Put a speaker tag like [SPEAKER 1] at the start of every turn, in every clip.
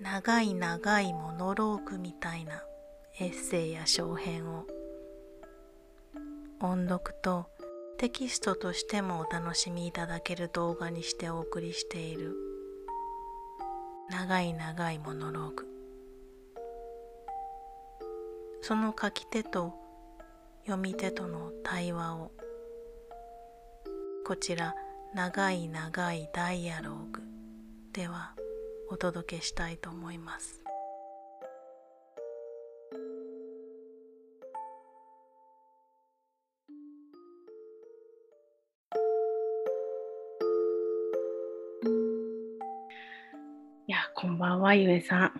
[SPEAKER 1] 長い長いモノローグみたいなエッセイや小編を音読とテキストとしてもお楽しみいただける動画にしてお送りしている長い長いモノローグその書き手と読み手との対話をこちら長い長いダイアローグではお届けしたいと思いますいやこんばんはゆえさん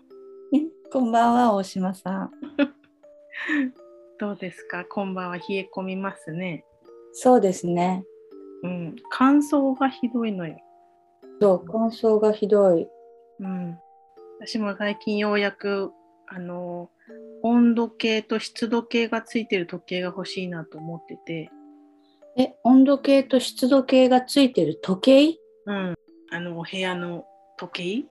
[SPEAKER 2] こんばんは、大島さん。
[SPEAKER 1] どうですかこんばんは冷え込みますね
[SPEAKER 2] そうですね。
[SPEAKER 1] うん乾燥がひどいのよ
[SPEAKER 2] そう、乾燥がひどい。
[SPEAKER 1] うん、私も最近ようやくあの温度計と湿度計がついてる時計が欲しいなと思ってて、
[SPEAKER 2] え、温度計と湿度計がついてる時
[SPEAKER 1] うん、あのお部屋の時計
[SPEAKER 2] 計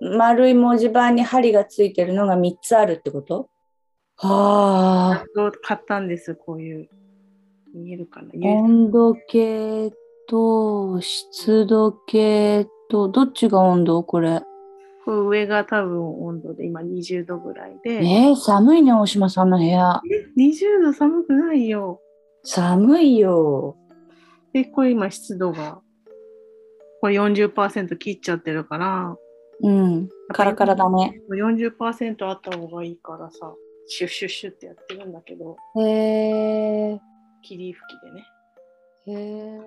[SPEAKER 2] 丸い文字盤に針がついてるのが3つあるってことはあ、
[SPEAKER 1] を買ったんですこういう見えるかな、
[SPEAKER 2] 温度計と湿度計と、どっちが温度これ。
[SPEAKER 1] これ上が多分温度で今20度ぐらいで、
[SPEAKER 2] えー寒いね、大島さんの部屋。
[SPEAKER 1] 20度寒くないよ
[SPEAKER 2] 寒いよ。
[SPEAKER 1] でこれ今湿度がこれ40%切っちゃってるから
[SPEAKER 2] うん、カラカラだね。
[SPEAKER 1] 40%あった方がいいからさシュッシュッシュッってやってるんだけど
[SPEAKER 2] へえ。
[SPEAKER 1] 霧吹きでね
[SPEAKER 2] へえ。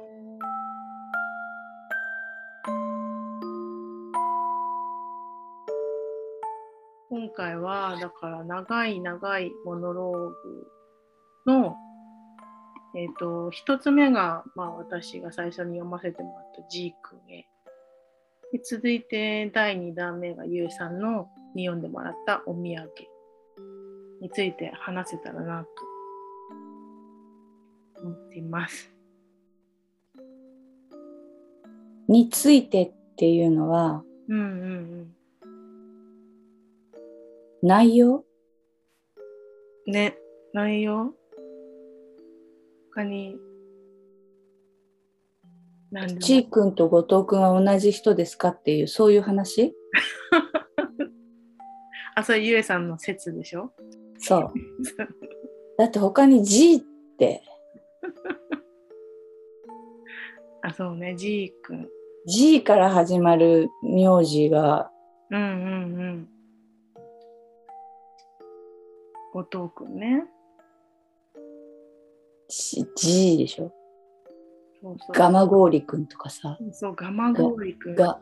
[SPEAKER 1] 今回はだから長い長いモノローグのえっ、と一つ目が、まあ、私が最初に読ませてもらった G 君へで続いて第2弾目がゆうさんのに読んでもらったお土産について話せたらなと思っています。
[SPEAKER 2] についてっていうのは
[SPEAKER 1] うんうんうん
[SPEAKER 2] 内容
[SPEAKER 1] ね、内容他に。なんでも
[SPEAKER 2] ちーくんと後藤くんは同じ人ですかっていうそういう話
[SPEAKER 1] あ、それゆえさんの説でしょ
[SPEAKER 2] そうだって他に「G」って
[SPEAKER 1] あ、そうね、じーくん。
[SPEAKER 2] 「G」から始まる名字が
[SPEAKER 1] うんうんうん。後藤くんね。
[SPEAKER 2] 「し G」でしょ
[SPEAKER 1] そうそう。
[SPEAKER 2] ガマゴーリくんとかさ
[SPEAKER 1] そう、ガマゴーリくん
[SPEAKER 2] が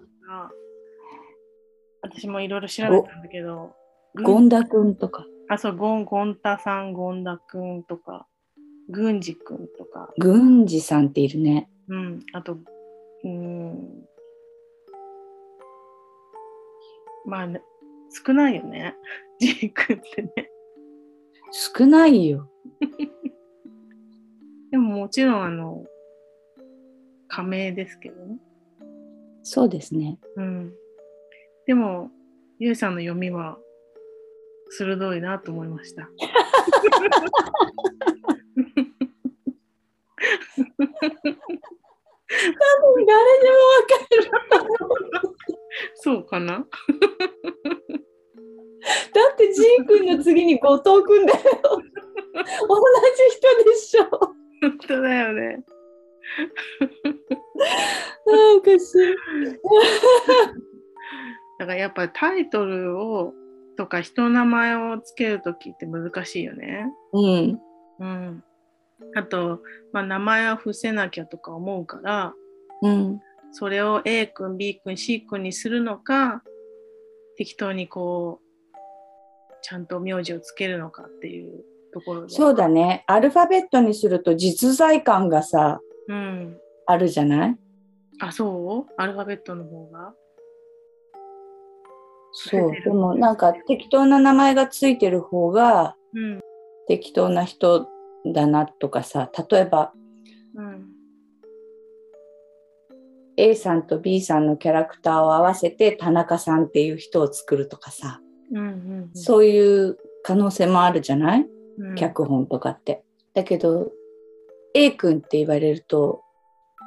[SPEAKER 1] 私もいろいろ調べたんだけど、
[SPEAKER 2] ゴンダくんとか
[SPEAKER 1] あ、そう、ゴン、ゴンタさん、ゴンダくんとか、グンジくんとか、
[SPEAKER 2] 郡司さんっているね
[SPEAKER 1] うん、あと、うん。まあ、ね、少ないよね。ジークってね。
[SPEAKER 2] 少ないよ
[SPEAKER 1] でももちろん、あの、仮名ですけどね。
[SPEAKER 2] そうですね
[SPEAKER 1] うん。でも、ゆうさんの読みは、鋭いなと思いました。
[SPEAKER 2] 多分誰でも分かる
[SPEAKER 1] そうかな
[SPEAKER 2] だってジーくんの次に後藤くん だよ同じ人でしょ
[SPEAKER 1] 本当だよね。
[SPEAKER 2] あおかしい
[SPEAKER 1] だからやっぱりタイトルを、とか人の名前をつけるときって難しいよね。
[SPEAKER 2] うん
[SPEAKER 1] うん、あと、まあ、名前は伏せなきゃとか思うから
[SPEAKER 2] うん
[SPEAKER 1] それを A 君 B 君 C 君にするのか適当にこうちゃんと名字をつけるのかっていうところで
[SPEAKER 2] そうだねアルファベットにすると実在感がさ
[SPEAKER 1] うん、
[SPEAKER 2] あるじゃない
[SPEAKER 1] あそうアルファベットの方が
[SPEAKER 2] そうでもなんか適当な名前がついてる方が
[SPEAKER 1] うん
[SPEAKER 2] 適当な人だなとかさ例えば
[SPEAKER 1] うん
[SPEAKER 2] A さんと B さんのキャラクターを合わせて田中さんっていう人を作るとかさ、
[SPEAKER 1] うんうん
[SPEAKER 2] そういう可能性もあるじゃない
[SPEAKER 1] うん、
[SPEAKER 2] 脚本とかって。だけど A 君って言われると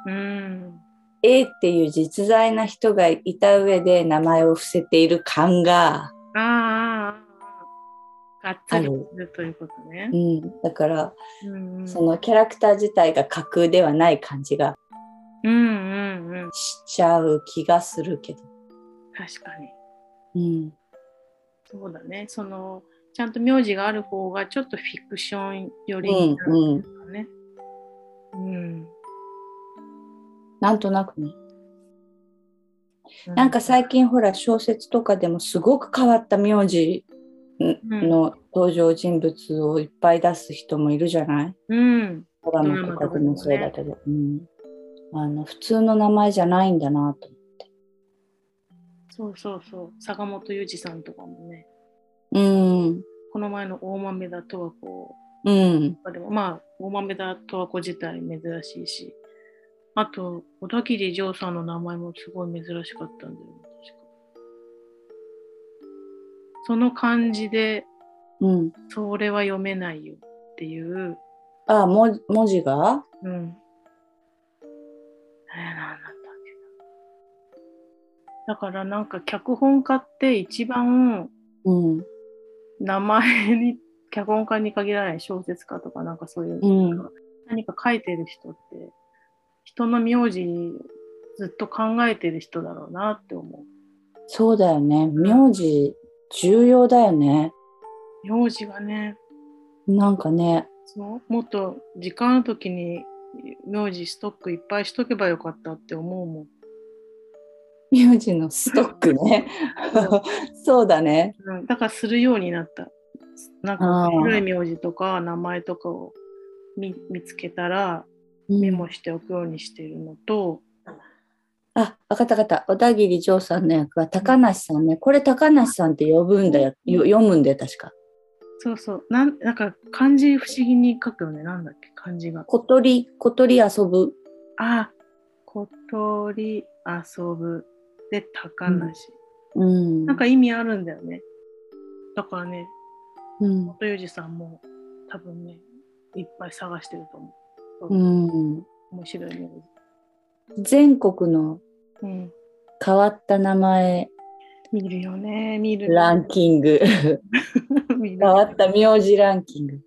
[SPEAKER 1] うん。
[SPEAKER 2] A っていう実在な人がいた上で名前を伏せている感が、
[SPEAKER 1] ああああ、ああがっつりするということね
[SPEAKER 2] う。ん、だから
[SPEAKER 1] うんうん
[SPEAKER 2] そのキャラクター自体が架空ではない感じが
[SPEAKER 1] うんうんうん。
[SPEAKER 2] しちゃう気がするけど。
[SPEAKER 1] 確かに。
[SPEAKER 2] うん、
[SPEAKER 1] そうだね。その、ちゃんと名字がある方がちょっとフィクションより
[SPEAKER 2] うん
[SPEAKER 1] に、なる
[SPEAKER 2] うん
[SPEAKER 1] とかね。うん。
[SPEAKER 2] なんとなくね。なんか最近ほら小説とかでもすごく変わった名字
[SPEAKER 1] うん
[SPEAKER 2] の登場人物をいっぱい出す人もいるじゃない
[SPEAKER 1] うん。
[SPEAKER 2] ドラマとかでもそうだけど、うん、あの普通の名前じゃないんだなと。
[SPEAKER 1] そうそうそう。坂本裕二さんとかもね、
[SPEAKER 2] うん、
[SPEAKER 1] この前の大豆田とはこ
[SPEAKER 2] うん、
[SPEAKER 1] う、でもまあ、大豆田とはこ自体珍しいし、あと、小田切丈さんの名前もすごい珍しかったんだよね、確か。その感じで、
[SPEAKER 2] うん。
[SPEAKER 1] それは読めないよっていう、
[SPEAKER 2] あ、も文字が
[SPEAKER 1] うん。えー、なんだったっけなだからなんか脚本家って一番
[SPEAKER 2] うん、
[SPEAKER 1] 名前に、 脚本家に限らない小説家とかなんかそういう、
[SPEAKER 2] うん
[SPEAKER 1] 何か書いてる人って、人の名字ずっと考えてる人だろうなって思
[SPEAKER 2] そうだよね。名字重要だよね。
[SPEAKER 1] う。名字がね、
[SPEAKER 2] なんかね、
[SPEAKER 1] そうもっと時間の時に名字ストックいっぱいしとけばよかったって思うもん。
[SPEAKER 2] 名字のストックね。 そうだね。
[SPEAKER 1] うん、だからするようになった。なん
[SPEAKER 2] あ
[SPEAKER 1] か
[SPEAKER 2] ー
[SPEAKER 1] 古い名字とか名前とかを見見つけたらメモしておくようにしているのと、
[SPEAKER 2] あ、わかったわかった。小田切丈さんの役は高梨さんね。これ高梨さんって呼ぶんだよ。よ読むんだよ、確か。
[SPEAKER 1] そうそうなんなんか漢字不思議に書くよねなんだっけ漢字が。
[SPEAKER 2] 小鳥、小鳥遊ぶ。
[SPEAKER 1] あ小鳥遊ぶで高梨、
[SPEAKER 2] うん。
[SPEAKER 1] なんか意味あるんだよね。だからね
[SPEAKER 2] うん。
[SPEAKER 1] 元裕二さんも多分ねいっぱい探してると思う。
[SPEAKER 2] うん。
[SPEAKER 1] 面白い名字。
[SPEAKER 2] 全国の
[SPEAKER 1] うん、
[SPEAKER 2] 変わった名前
[SPEAKER 1] 見るよね見る。
[SPEAKER 2] ランキング。
[SPEAKER 1] 見る
[SPEAKER 2] 変わった名字ランキング。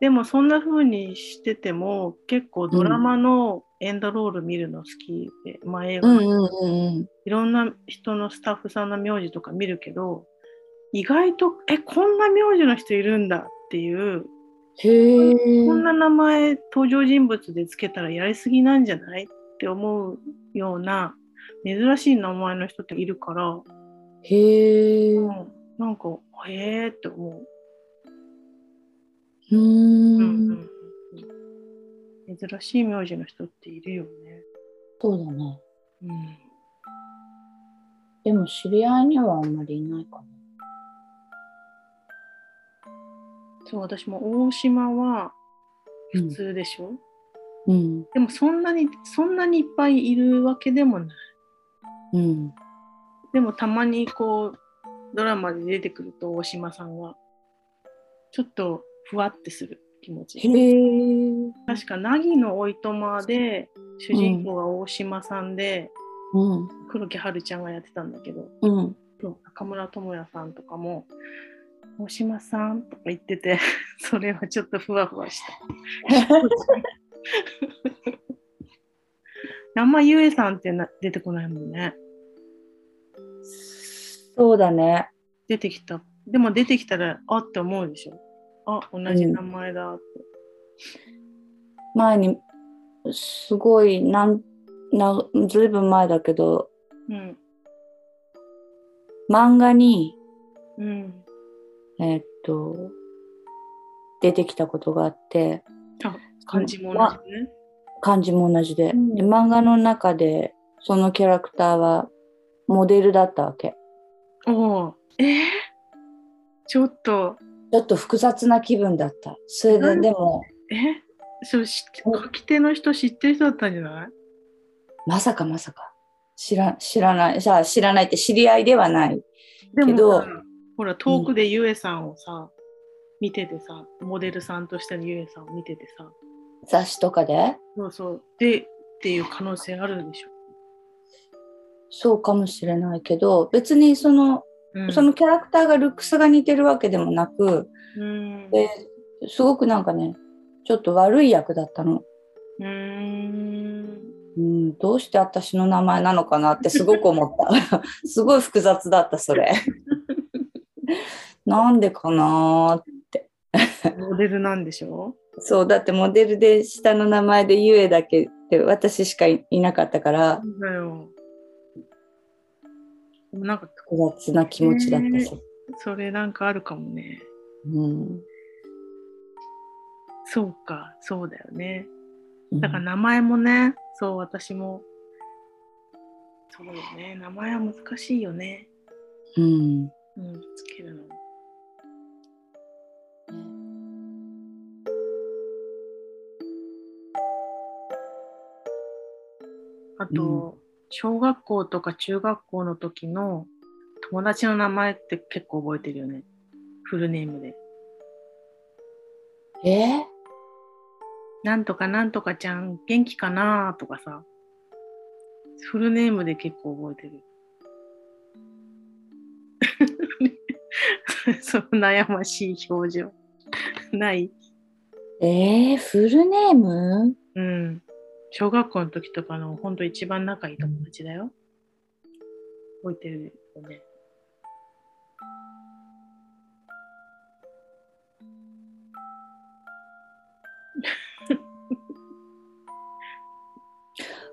[SPEAKER 1] でもそんな風にしてても結構ドラマのエンドロール見るの好きで、まあ映画、
[SPEAKER 2] うんうんうん
[SPEAKER 1] いろんな人のスタッフさんの名字とか見るけど意外とえこんな名字の人いるんだっていう
[SPEAKER 2] へえ。
[SPEAKER 1] こんな名前登場人物でつけたらやりすぎなんじゃないって思うような珍しい名前の人っているから、
[SPEAKER 2] へえ。
[SPEAKER 1] う、
[SPEAKER 2] うん
[SPEAKER 1] なんかへえって思う。
[SPEAKER 2] ー
[SPEAKER 1] うん
[SPEAKER 2] ん。
[SPEAKER 1] うん、珍しい名字の人っているよね。
[SPEAKER 2] そうだね。
[SPEAKER 1] うん
[SPEAKER 2] でも知り合いにはあんまりいないかな。
[SPEAKER 1] そう私も大島は普通でしょ、
[SPEAKER 2] うん。
[SPEAKER 1] でもそんなにそんなにいっぱいいるわけでもない
[SPEAKER 2] うん。
[SPEAKER 1] でもたまにこうドラマで出てくると大島さんはちょっとふわってする気持
[SPEAKER 2] へ
[SPEAKER 1] ち
[SPEAKER 2] え。
[SPEAKER 1] 確か凪のおいとまで主人公が大島さんで、
[SPEAKER 2] うん。
[SPEAKER 1] 黒木華ちゃんがやってたんだけど
[SPEAKER 2] うん。
[SPEAKER 1] 中村智也さんとかも「大島さん」とか言ってて それはちょっとふわふわした。 あんまゆえさんってな出てこないもんね。
[SPEAKER 2] そうだね。
[SPEAKER 1] 出てきた。でも出てきたら、あって思うでしょ。あ、同じ名前だって。
[SPEAKER 2] 前に、すごい、なん、な、ずいぶん前だけど、
[SPEAKER 1] うん。
[SPEAKER 2] 漫画に、
[SPEAKER 1] うん。
[SPEAKER 2] えーっと、出てきたことがあって、
[SPEAKER 1] あ、漢字も同じね。
[SPEAKER 2] 漢字も同じで,、
[SPEAKER 1] うん
[SPEAKER 2] で漫画の中でそのキャラクターはモデルだったわけ
[SPEAKER 1] おお。えー、ちょっと、
[SPEAKER 2] ちょっと複雑な気分だったそれ
[SPEAKER 1] う
[SPEAKER 2] で
[SPEAKER 1] ん
[SPEAKER 2] でも
[SPEAKER 1] えそう知って書き手の人知ってる人だったんじゃない
[SPEAKER 2] まさかまさか。知ら知らない。じゃあ知らないって知り合いではない。
[SPEAKER 1] で
[SPEAKER 2] けど
[SPEAKER 1] もさほら遠くでゆえさんをさ、見ててさモデルさんとしてのゆえさんを見ててさ
[SPEAKER 2] 雑誌とかで
[SPEAKER 1] そうそうでっていう可能性あるんでしょ、
[SPEAKER 2] そうかもしれないけど、別にその、
[SPEAKER 1] うん
[SPEAKER 2] そのキャラクターがルックスが似てるわけでもなく、
[SPEAKER 1] うん
[SPEAKER 2] ですごくなんかね、ちょっと悪い役だったの。
[SPEAKER 1] うーん
[SPEAKER 2] うん、どうして私の名前なのかなってすごく 思った。すごい複雑だった、それ。なんでかなーって
[SPEAKER 1] モデルなんでしょ
[SPEAKER 2] そう、だってモデルで下の名前でゆえだけで私しかいいなかったから、
[SPEAKER 1] そうだよでもなんか
[SPEAKER 2] 複雑な気持ちだったし。
[SPEAKER 1] それなんかあるかもね
[SPEAKER 2] うん。
[SPEAKER 1] そうかそうだよね
[SPEAKER 2] うん
[SPEAKER 1] だから名前もねそう私もそうよね名前は難しいよね
[SPEAKER 2] うん。
[SPEAKER 1] うんつけるのあと、
[SPEAKER 2] う
[SPEAKER 1] 小学校とか中学校の時の友達の名前って結構覚えてるよね。フルネームで。
[SPEAKER 2] え
[SPEAKER 1] なんとかなんとかちゃん元気かなとかさ。フルネームで結構覚えてる。 その悩ましい表情。ない
[SPEAKER 2] えーフルネーム
[SPEAKER 1] うん。小学校の時とかのほんと一番仲いい友達だよ。覚えてるよね。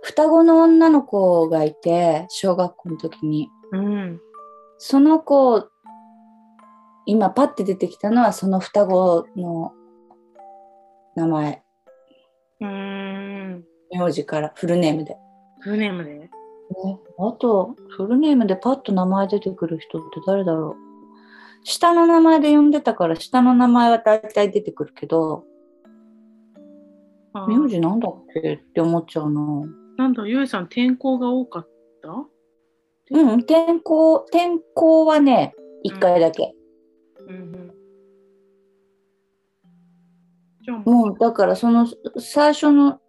[SPEAKER 2] 双子の女の子がいて、小学校の時に。
[SPEAKER 1] うん。
[SPEAKER 2] その子、今パッて出てきたのはその双子の名前、
[SPEAKER 1] うーん。
[SPEAKER 2] 名字から、フルネームで。
[SPEAKER 1] フルネームで
[SPEAKER 2] ねあと、フルネームでパッと名前出てくる人って誰だろう下の名前で呼んでたから、下の名前は大体出てくるけど、
[SPEAKER 1] あー
[SPEAKER 2] 名字なんだっけって思っちゃうな。
[SPEAKER 1] なんだ、ゆえさん転校が多かった
[SPEAKER 2] うん、転校、転校はね、一回だけ。
[SPEAKER 1] うんうん。じゃあ
[SPEAKER 2] もう、だからその、最初の、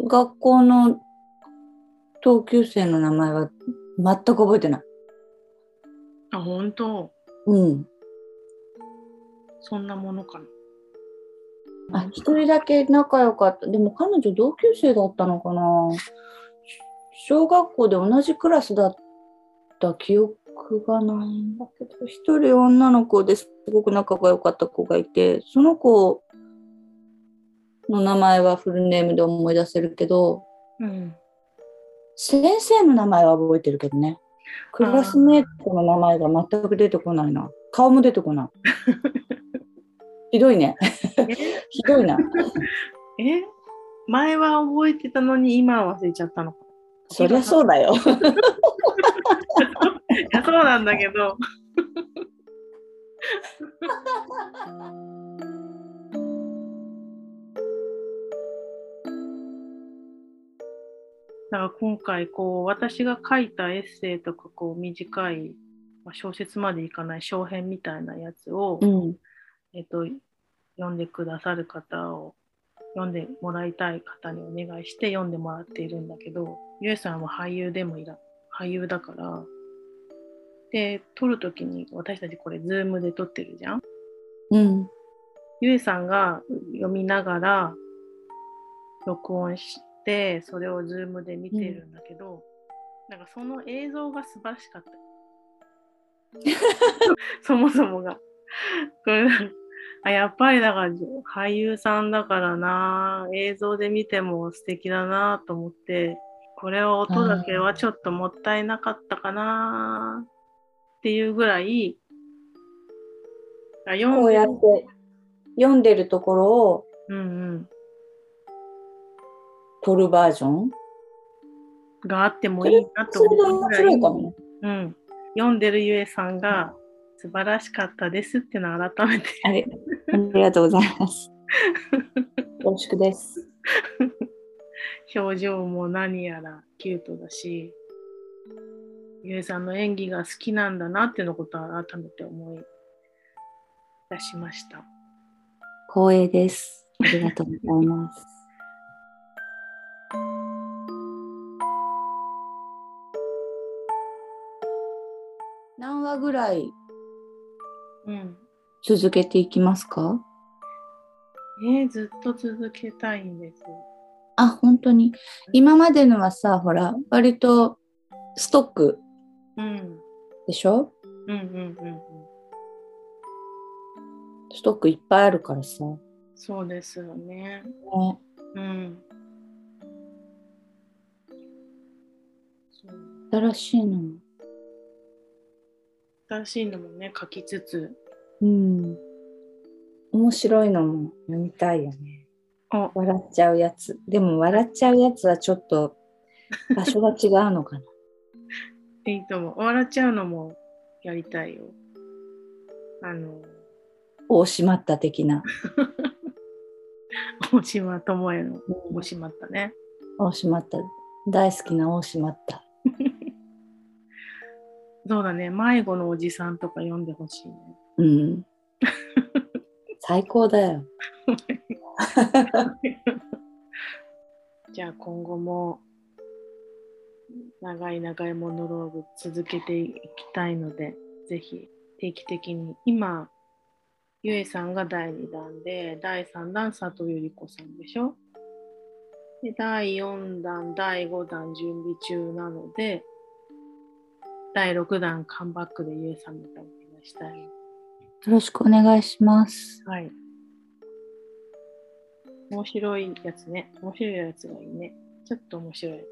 [SPEAKER 2] 学校の同級生の名前は全く覚えてない。
[SPEAKER 1] あ、ほんと。
[SPEAKER 2] うん。
[SPEAKER 1] そんなものかな。
[SPEAKER 2] あ、一人だけ仲良かった。でも彼女同級生だったのかな小学校で同じクラスだった記憶がないんだけど、一人女の子ですごく仲が良かった子がいて、その子の名前はフルネームで思い出せるけど、
[SPEAKER 1] うん。
[SPEAKER 2] 先生の名前は覚えてるけどね。クラスメートの名前が全く出てこないな。顔も出てこない。ひどいね。ひどいな。
[SPEAKER 1] ええ前は覚えてたのに今は忘れちゃったのか。
[SPEAKER 2] そりゃそうだよ。
[SPEAKER 1] いや、そうなんだけど。だから今回こう私が書いたエッセイとかこう短い、まあ、小説までいかない小編みたいなやつを、
[SPEAKER 2] うん。
[SPEAKER 1] えっと、読んでくださる方を読んでもらいたい方にお願いして読んでもらっているんだけどゆえさんは俳優でもいら俳優だからで撮る時に私たちこれズームで撮ってるじゃん
[SPEAKER 2] うん。
[SPEAKER 1] ゆえさんが読みながら録音してそれをズームで見てるんだけど、なんかその映像が素晴らしかった そもそもがこれなんかあやっぱりだから俳優さんだからな映像で見ても素敵だなと思ってこれを音だけはちょっともったいなかったかなっていうぐらいあ読んで
[SPEAKER 2] こうやって読んでるところを
[SPEAKER 1] うんうん、
[SPEAKER 2] 撮るバージョン
[SPEAKER 1] があってもいいなと
[SPEAKER 2] それで
[SPEAKER 1] 思う
[SPEAKER 2] 面
[SPEAKER 1] ぐら
[SPEAKER 2] 白
[SPEAKER 1] い
[SPEAKER 2] いかもね。
[SPEAKER 1] うん、読んでるゆえさんが素晴らしかったですってのを改めて
[SPEAKER 2] ありありがとうございます。よろしくです。
[SPEAKER 1] 表情も何やらキュートだし、ゆえさんの演技が好きなんだなっていうのことは改めて思い出しました。
[SPEAKER 2] 光栄です。ありがとうございます。何話ぐらい
[SPEAKER 1] うん。
[SPEAKER 2] 続けていきますか
[SPEAKER 1] ねえずっと続けたいんです。
[SPEAKER 2] あ、本当に。今までのはさ、ほら、割とストック
[SPEAKER 1] うん。
[SPEAKER 2] でしょ
[SPEAKER 1] うんうんうんうん。
[SPEAKER 2] ストックいっぱいあるからさ。ね
[SPEAKER 1] そうですよね。うん。そう
[SPEAKER 2] 新しいのも。
[SPEAKER 1] 新しいのもね、書きつつ、
[SPEAKER 2] うん。面白いのも読みたいよね。
[SPEAKER 1] あ
[SPEAKER 2] 笑っちゃうやつ。でも笑っちゃうやつはちょっ と場所が違うのかな。
[SPEAKER 1] いいとも、笑っちゃうのもやりたいよ。あの、
[SPEAKER 2] 大島った的な。
[SPEAKER 1] 大島智恵の大島ったね。
[SPEAKER 2] 大島った。大好きな大島った。
[SPEAKER 1] そうだね、迷子のおじさんとか読んでほしいね。
[SPEAKER 2] うん。最高だ よ。
[SPEAKER 1] じゃあ今後も長い長いモノローグ続けていきたいので、ぜひ定期的に今、ゆえさんが第2弾で、第3弾佐藤ゆり子さんでしょで、第4弾、第5弾準備中なので、第6弾カムバックでゆえさんまたお願いしたい。
[SPEAKER 2] よろしくお願いします。
[SPEAKER 1] はい。面白いやつね。面白いやつがいいね。ちょっと面白いや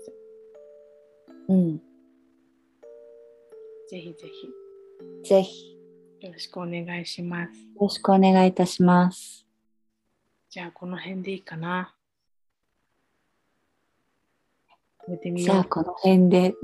[SPEAKER 2] うん。
[SPEAKER 1] つ。ぜひぜ
[SPEAKER 2] ぜひ、よ
[SPEAKER 1] ひよろしくお願いします。
[SPEAKER 2] ろしくお願いいたします。
[SPEAKER 1] じゃあこの辺でいいかな。やめてみ
[SPEAKER 2] じゃ
[SPEAKER 1] よ
[SPEAKER 2] あ、
[SPEAKER 1] う。
[SPEAKER 2] この辺で。